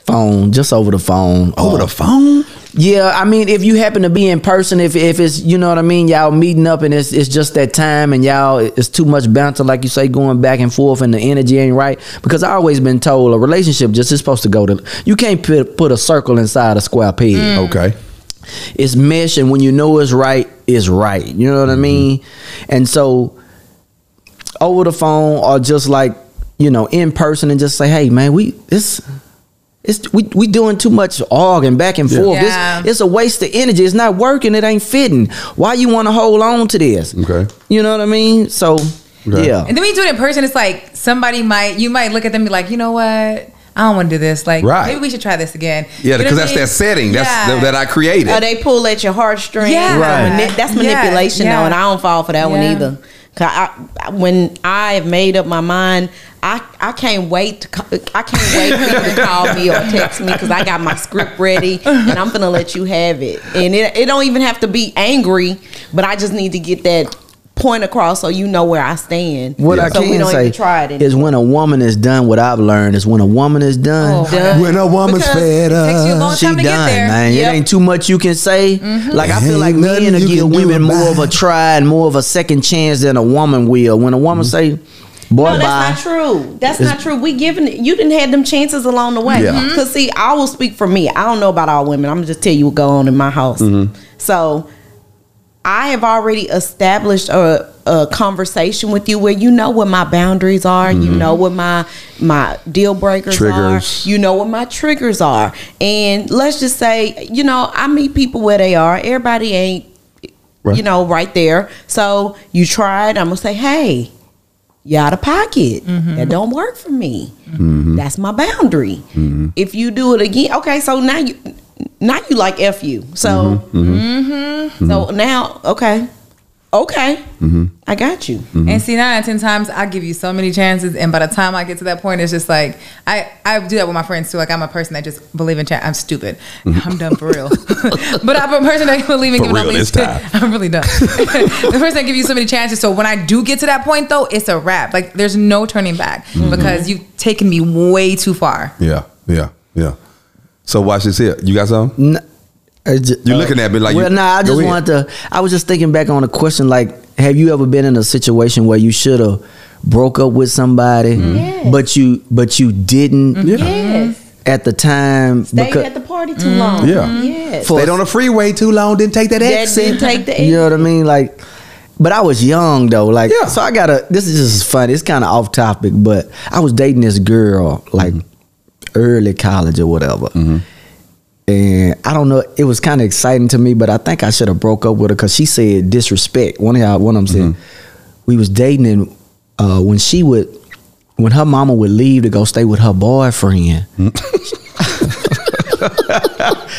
phone, just over the phone.
over
Uh,
the phone.
Yeah, I mean, if you happen to be in person, if if it's you know what I mean, y'all meeting up and it's it's just that time and y'all it's too much banter, like you say, going back and forth and the energy ain't right. Because I always been told a relationship just is supposed to go to you can't put put a circle inside a square peg
Okay.
it's mesh and when you know it's right it's right you know what
Mm-hmm.
i mean and so over the phone or just like you know in person and just say hey man we this it's we, we doing too much arguing back and forth. This-
Yeah.
It's, a waste of energy. It's not working. It ain't fitting. Why you want to hold on to this?
Okay.
You know what I mean? So
Okay.
yeah,
And then when you do it in person, it's like somebody might, you might look at them and be like, you know what? I don't want to do this. Like,
Right.
maybe we should try this again.
Yeah,
You know
because
what I
that's
mean?
that setting. That's
Yeah.
that I created.
Oh, they pull at your heartstrings.
Yeah. Right.
Mani- that's
Yeah,
manipulation,
yeah.
though, and I don't fall for that one
Yeah.
either. 'Cause I, I- when I've made up my mind, I, I can't wait to co- I can't wait for people to call me or text me because I got my script ready and I'm gonna let you have it. And it it don't even have to be angry, but I just need to get that point across so you know where I stand.
what I
so
can
we don't
say
even try it.
is when a woman is done. What I've learned is when a woman is done,
anymore. Duh.
when a woman's
Because
fed
it takes you a
up.
long-
she
time
done,
to get there.
man.
Yep. Mm-hmm.
It ain't too much you can say. Like I feel like
Ain't nothing
men will
you
give
can do
women more of
about
a
it.
try and more of a second chance than a woman will. When a woman
Mm-hmm.
say, "Boy,
No,
bye,"
that's not true. That's not true. We given you didn't have them chances along the way.
Yeah.
Cause see, I will speak for me. I don't know about all women. I'm gonna just tell you what go on in my house. So I have already established a, a conversation with you where you know what my boundaries are, you know what my my deal breakers
Triggers.
are, you know what my triggers are. And let's just say, you know, I meet people where they are. Everybody ain't
Right.
you know, right there. So you tried, I'm gonna say, hey, you out of pocket. That don't work for me. That's my boundary. If you do it again, okay, so now you now you like F you. So mm-hmm. so now, okay. Okay. I got you.
And see, nine out of ten times, I give you so many chances, and by the time I get to that point, it's just like I I do that with my friends too. Like I'm a person that just believe in chance. I'm stupid.
Mm-hmm.
I'm dumb for real. but I'm a person that believe in
For
giving
real
at least.
this time.
I'm really dumb. the person that give you so many chances. So when I do get to that point, though, it's a wrap. Like there's no turning back
Mm-hmm.
because you've taken me way too far.
Yeah, yeah, yeah. So watch this here. You got something?
N-
You're looking at me like
well,
you-
nah. I
go
just
ahead.
wanted to. I was just thinking back on the question. Like, have you ever been in a situation where you should have broke up with somebody,
Mm-hmm. Yes. Mm-hmm.
but you but you didn't
Yes.
at the time?
Stayed
becau-
at the party too long.
Yeah.
Yes.
For-
Stayed on the freeway too long, didn't take that
that
exit.
didn't take the
You know what I mean? Like, but I was young though. Like,
Yeah.
so I gotta. This is just funny. It's kind of off topic, but I was dating this girl like early college or whatever. And I don't know. It was kind of exciting to me, but I think I should have broke up with her because she said disrespect. One of y'all, one of them said we was dating, and uh, when she would, when her mama would leave to go stay with her boyfriend,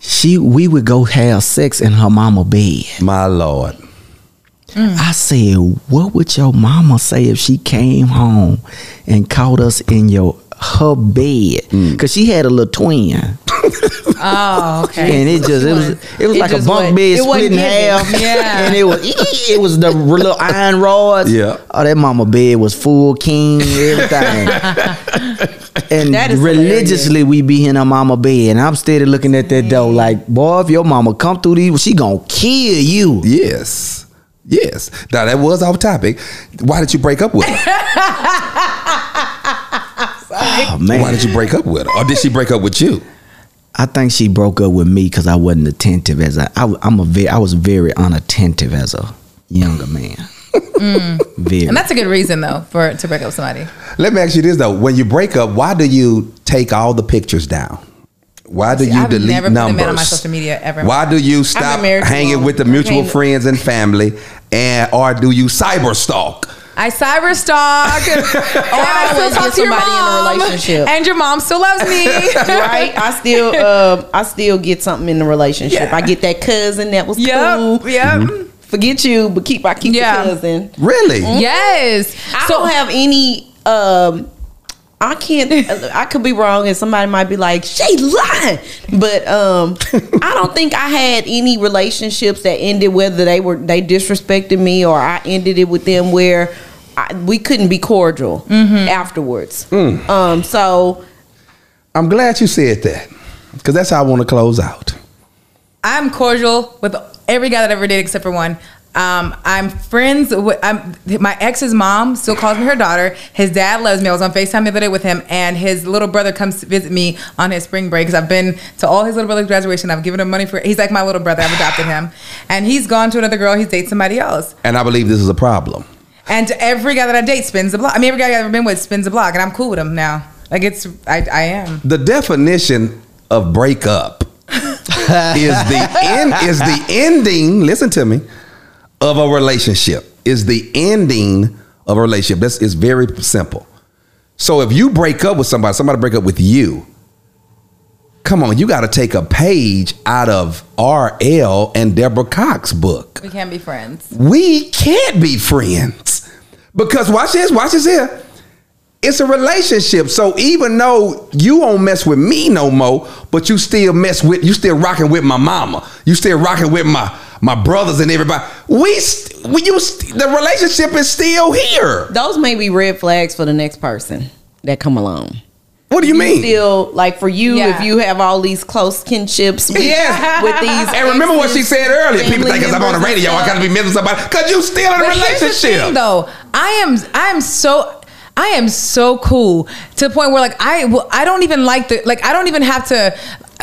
she we would go have sex in her mama bed.
My lord.
I said, "What would your mama say if she came home and caught us in your her bed?
Mm.
Because she had a little twin,
Oh, okay.
and it just it was it was
It
like a
just
bunk
wasn't-
bed
it wasn't
split in
giving.
half,
Yeah.
and it was it was the little iron rods.
Yeah.
oh, that mama bed was full king everything, and
That is
religiously we be in her mama bed, and I'm steady looking at that door like, boy, if your mama come through these, she gonna kill you.
Yes. Yes. Now that was off topic. Why did you break up with her?
Oh man,
Why did you break up with her? Or did she break up with you?
I think she broke up with me because I wasn't attentive as a, I, I'm a very, I was very unattentive as a younger man. Very.
Mm. And that's a good reason though for to break up with somebody.
Let me ask you this though: When you break up, why do you take all the pictures down? Why do
See,
you
I've
delete
never put a man on
numbers?
my social media ever in my
Why
life.
do you stop
married too
hanging
long.
with the mutual
Okay.
friends and family, and or do you cyber stalk?
I cyber stalk, and I
always
still talk
get
to your
somebody in a
mom,
relationship.
and your mom still loves me.
right? I still um I still get something in the relationship.
Yeah.
I get that cousin that was
Yep.
cool. Mm-hmm.
Yep.
Forget you, but keep I keep
Yeah.
the cousin.
Really?
Mm-hmm. Yes.
I
so
don't have any um I can't I could be wrong and somebody might be like, She lying but um I don't think I had any relationships that ended whether they were they disrespected me or I ended it with them where I, we couldn't be cordial afterwards. Um so
I'm glad you said that because that's how I want to close out.
I'm cordial with every guy that I ever did except for one. Um, I'm friends with I'm, my ex's mom. Still calls me her daughter. His dad loves me. I was on Facetime the other day with him, and his little brother comes to visit me on his spring break because I've been to all his little brother's graduation. I've given him money for. He's like my little brother. I've adopted him, and he's gone to another girl. He's dated somebody else.
And I believe this is a problem.
And every guy that I date spins the block. I mean, every guy I've ever been with spins the block, and I'm cool with him now. Like it's, I, I am.
The definition of breakup is the end is the ending. Listen to me, of a relationship is the ending of a relationship. This is very simple. So if you break up with somebody, somebody break up with you. Come on, you got to take a page out of R.L. and Deborah Cox's book
We can't be friends.
we can't be friends because watch this, watch this here. It's a relationship, so even though you won't mess with me no more, but you still mess with you still rocking with my mama, you still rocking with my my brothers and everybody. We st- we you st- the relationship is still here.
those may be red flags for the next person that come along.
What do you mean?
Still, like for you,
Yeah.
if you have all these close kinships with,
Yes.
with these,
and remember what she
exes,
said earlier. People
family
think 'cause I'm on
members
the radio,
and
I gotta be missing somebody. Cause you still in a
here's the
relationship.
thing, though, I am, I am so. I am so cool to the point where like I will, I don't even like the like I don't even have to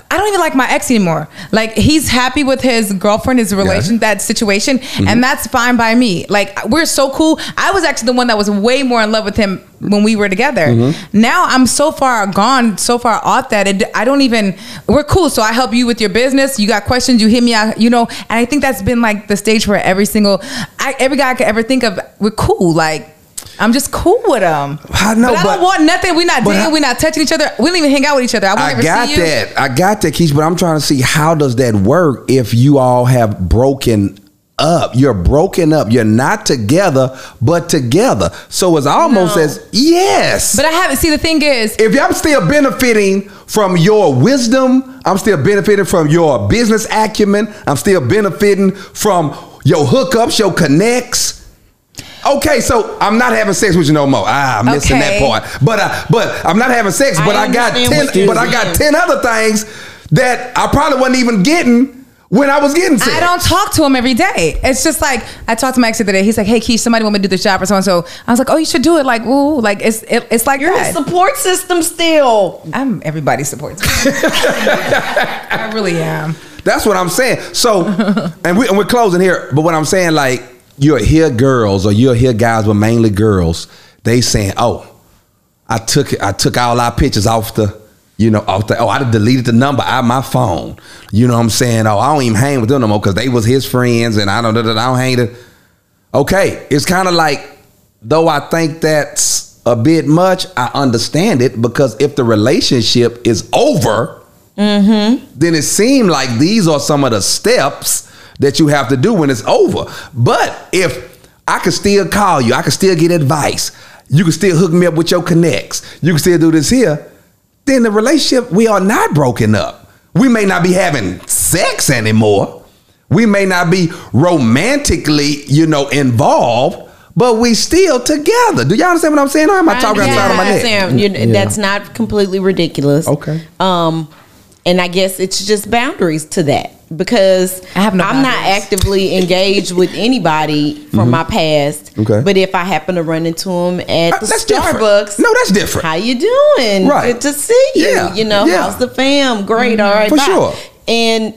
I don't even like my ex anymore. Like he's happy with his girlfriend, his relation, that situation,
Mm-hmm.
and that's fine by me. Like we're so cool. I was actually the one that was way more in love with him when we were together.
Mm-hmm.
Now I'm so far gone, so far off that it, I don't even. We're cool, so I help you with your business. You got questions, you hit me out, you know. And I think that's been like the stage for every single, I, every guy I could ever think of. We're cool, like. I'm just cool with them.
I know,
but I don't
but-
want nothing. We're not
but
dating.
I-
We're not touching each other. We don't even hang out with each other. I, won't
I
ever
got
see you.
that. I got that, Keisha, but I'm trying to see how does that work if you all have broken up. You're broken up. You're not together, but together. So it's almost
No.
as yes.
But I haven't. See, the thing is,
if I'm still benefiting from your wisdom, I'm still benefiting from your business acumen, I'm still benefiting from your hookups, your connects. Okay, so I'm not having sex with you no more. Ah, I'm missing that
Okay.
part. But I, but I'm not having sex.
I
But I, got
understand what
ten.
you're
But I got ten other things that I probably wasn't even getting when I was getting sex.
I don't talk to him every day. It's just like I talked to my ex the other day. He's like, "Hey, Keith, somebody want me to do this job or so and so." I was like, "Oh, you should do it." Like, ooh, like it's it, it's like
You're a
that.
support system still.
I'm everybody supports. me. I really am.
That's what I'm saying. So, and, we, and we're closing here, but what I'm saying, like, you'll hear girls or you'll hear guys, but mainly girls, they saying, oh, I took I took all our pictures off the, you know, off the, oh, I done deleted the number out my phone. You know what I'm saying? Oh, I don't even hang with them no more because they was his friends and I don't, I don't hang with Okay, it's kind of like, though I think that's a bit much, I understand it because if the relationship is over, then it seemed like these are some of the steps that you have to do when it's over. But if I could still call you, I could still get advice, you can still hook me up with your connects, you can still do this here, then the relationship, we are not broken up. We may not be having sex anymore. We may not be romantically, you know, involved, but we still together. Do y'all understand what I'm saying? Or am I talking
Yeah,
outside of my
I
neck?
understand. You- That's not completely ridiculous.
Mm, Okay.
Um, and I guess it's just boundaries to that because
I have no
I'm not
boundaries.
actively engaged with anybody from my past.
Mm-hmm. Okay.
But if I happen to run into them at
Uh,
the
that's different.
Starbucks,
No, that's different.
How you doing?
Right.
Good to see you.
Yeah,
You know,
yeah. Mm-hmm.
how's the fam? Great. all right.
For
bye.
sure.
And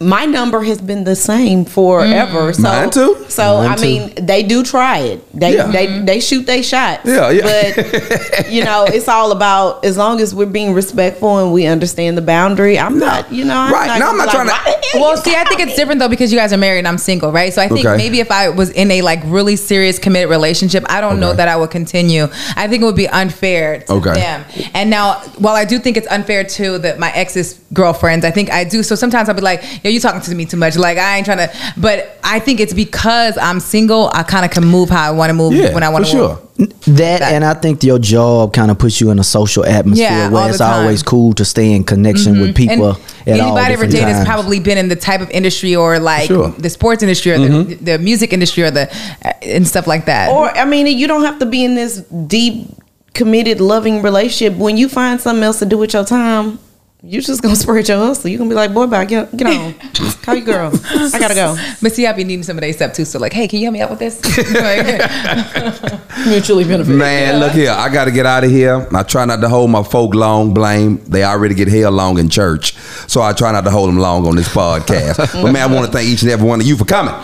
my number has been the same forever.
Mm.
So,
Mine too.
So
Mine
I
too.
mean, they do try it. They
Yeah.
they
Mm-hmm.
they shoot they shot.
Yeah, yeah.
But you know, it's all about as long as we're being respectful and we understand the boundary. I'm not, you know, I'm
Right.
Not
No, I'm
gonna
not
be
trying
like,
to-
"Why the hell
Well,
you
see, I think
call me?"
it's different though because you guys are married and I'm single, right? So I think
Okay.
maybe if I was in a like really serious committed relationship, I don't know
Okay.
that I would continue. I think it would be unfair to
Okay.
them. And now, while I do think it's unfair to that my ex's girlfriends, I think I do. So sometimes I'll be like, "Yo, you talking to me too much." Like I ain't trying to. But I think it's because I'm single. I kind of can move how I want to move
Yeah,
when I want
for
to
sure.
move.
That and I think your job kind of puts you in a social atmosphere
Yeah, all
where it's
the time. Mm-hmm.
always cool to stay in connection with people
And
at all
anybody ever
different
dated
times.
has probably been in the type of industry or like
Sure. Mm-hmm.
the sports industry or the, the music industry or the uh, and stuff like that.
Or I mean, you don't have to be in this deep, committed, loving relationship. When you find something else to do with your time, you just gonna spread your hustle. You gonna be like, boy, bye, get, get on, call your girl. I gotta go.
but see, I be needing some of their stuff too. So like, hey, can you help me out with this? Like,
Mutually beneficial.
Man, look here. I got to get out of here. I try not to hold my folk long. Blame. They already get hell long in church. So I try not to hold them long on this podcast. but man, I want to thank each and every one of you for coming.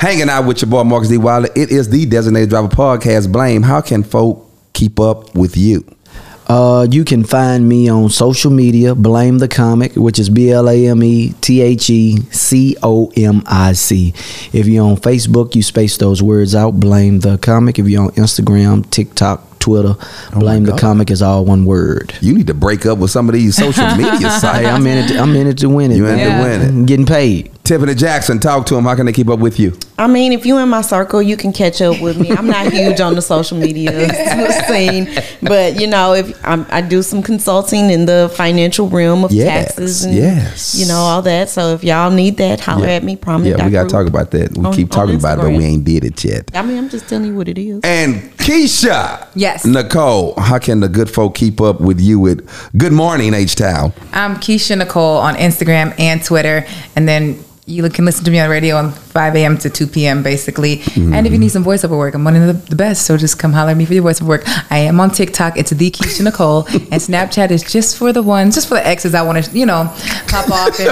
Hanging out with your boy Marcus D. Wilder. It is the Designated Driver Podcast. Blame. How can folk keep up with you?
Uh, you can find me on social media, Blame the Comic, which is B L A M E T H E C O M I C. If you're on Facebook, you space those words out, Blame the Comic. If you're on Instagram, TikTok, Twitter, Blame the
Oh God.
Comic is all one word.
You need to break up with some of these social media
Hey, I'm
sites.
in it. I'm in it to win it.
You in it to
man.
win it.
I'm Getting paid.
Tiffany Jackson, talk to them. How can they keep up with you?
I mean, if you in my circle, you can catch up with me. I'm not huge on the social media scene, but you know, if I'm, I do some consulting in the financial realm of
Yes,
taxes and
yes.
you know all that. So if y'all need that, holler at me. Prominent.
Yeah, we got to
Group.
talk about that. We
On-
keep
on
talking about it, but
Instagram.
we ain't did it yet.
I mean, I'm just telling you what it is.
And Keisha.
Yes.
Nicole, how can the good folk keep up with you at Good Morning H Town?
I'm Keisha Nicole on Instagram and Twitter, and then. You can listen to me on the radio on 5 a.m. to 2 p.m. basically. And if you need some voiceover work, I'm one of the, the best. So just come holler at me for your voiceover work. I am on TikTok. It's the Keisha Nicole. and Snapchat is just for the ones, just for the exes I want to, you know, pop off and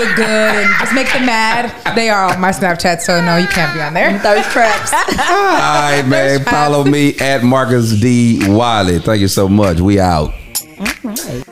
look good and just make them mad. They are on my Snapchat. So no, you can't be on there.
Thirst traps.
All right, man. Follow me at Marcus D. Wiley. Thank you so much. We out.
All right.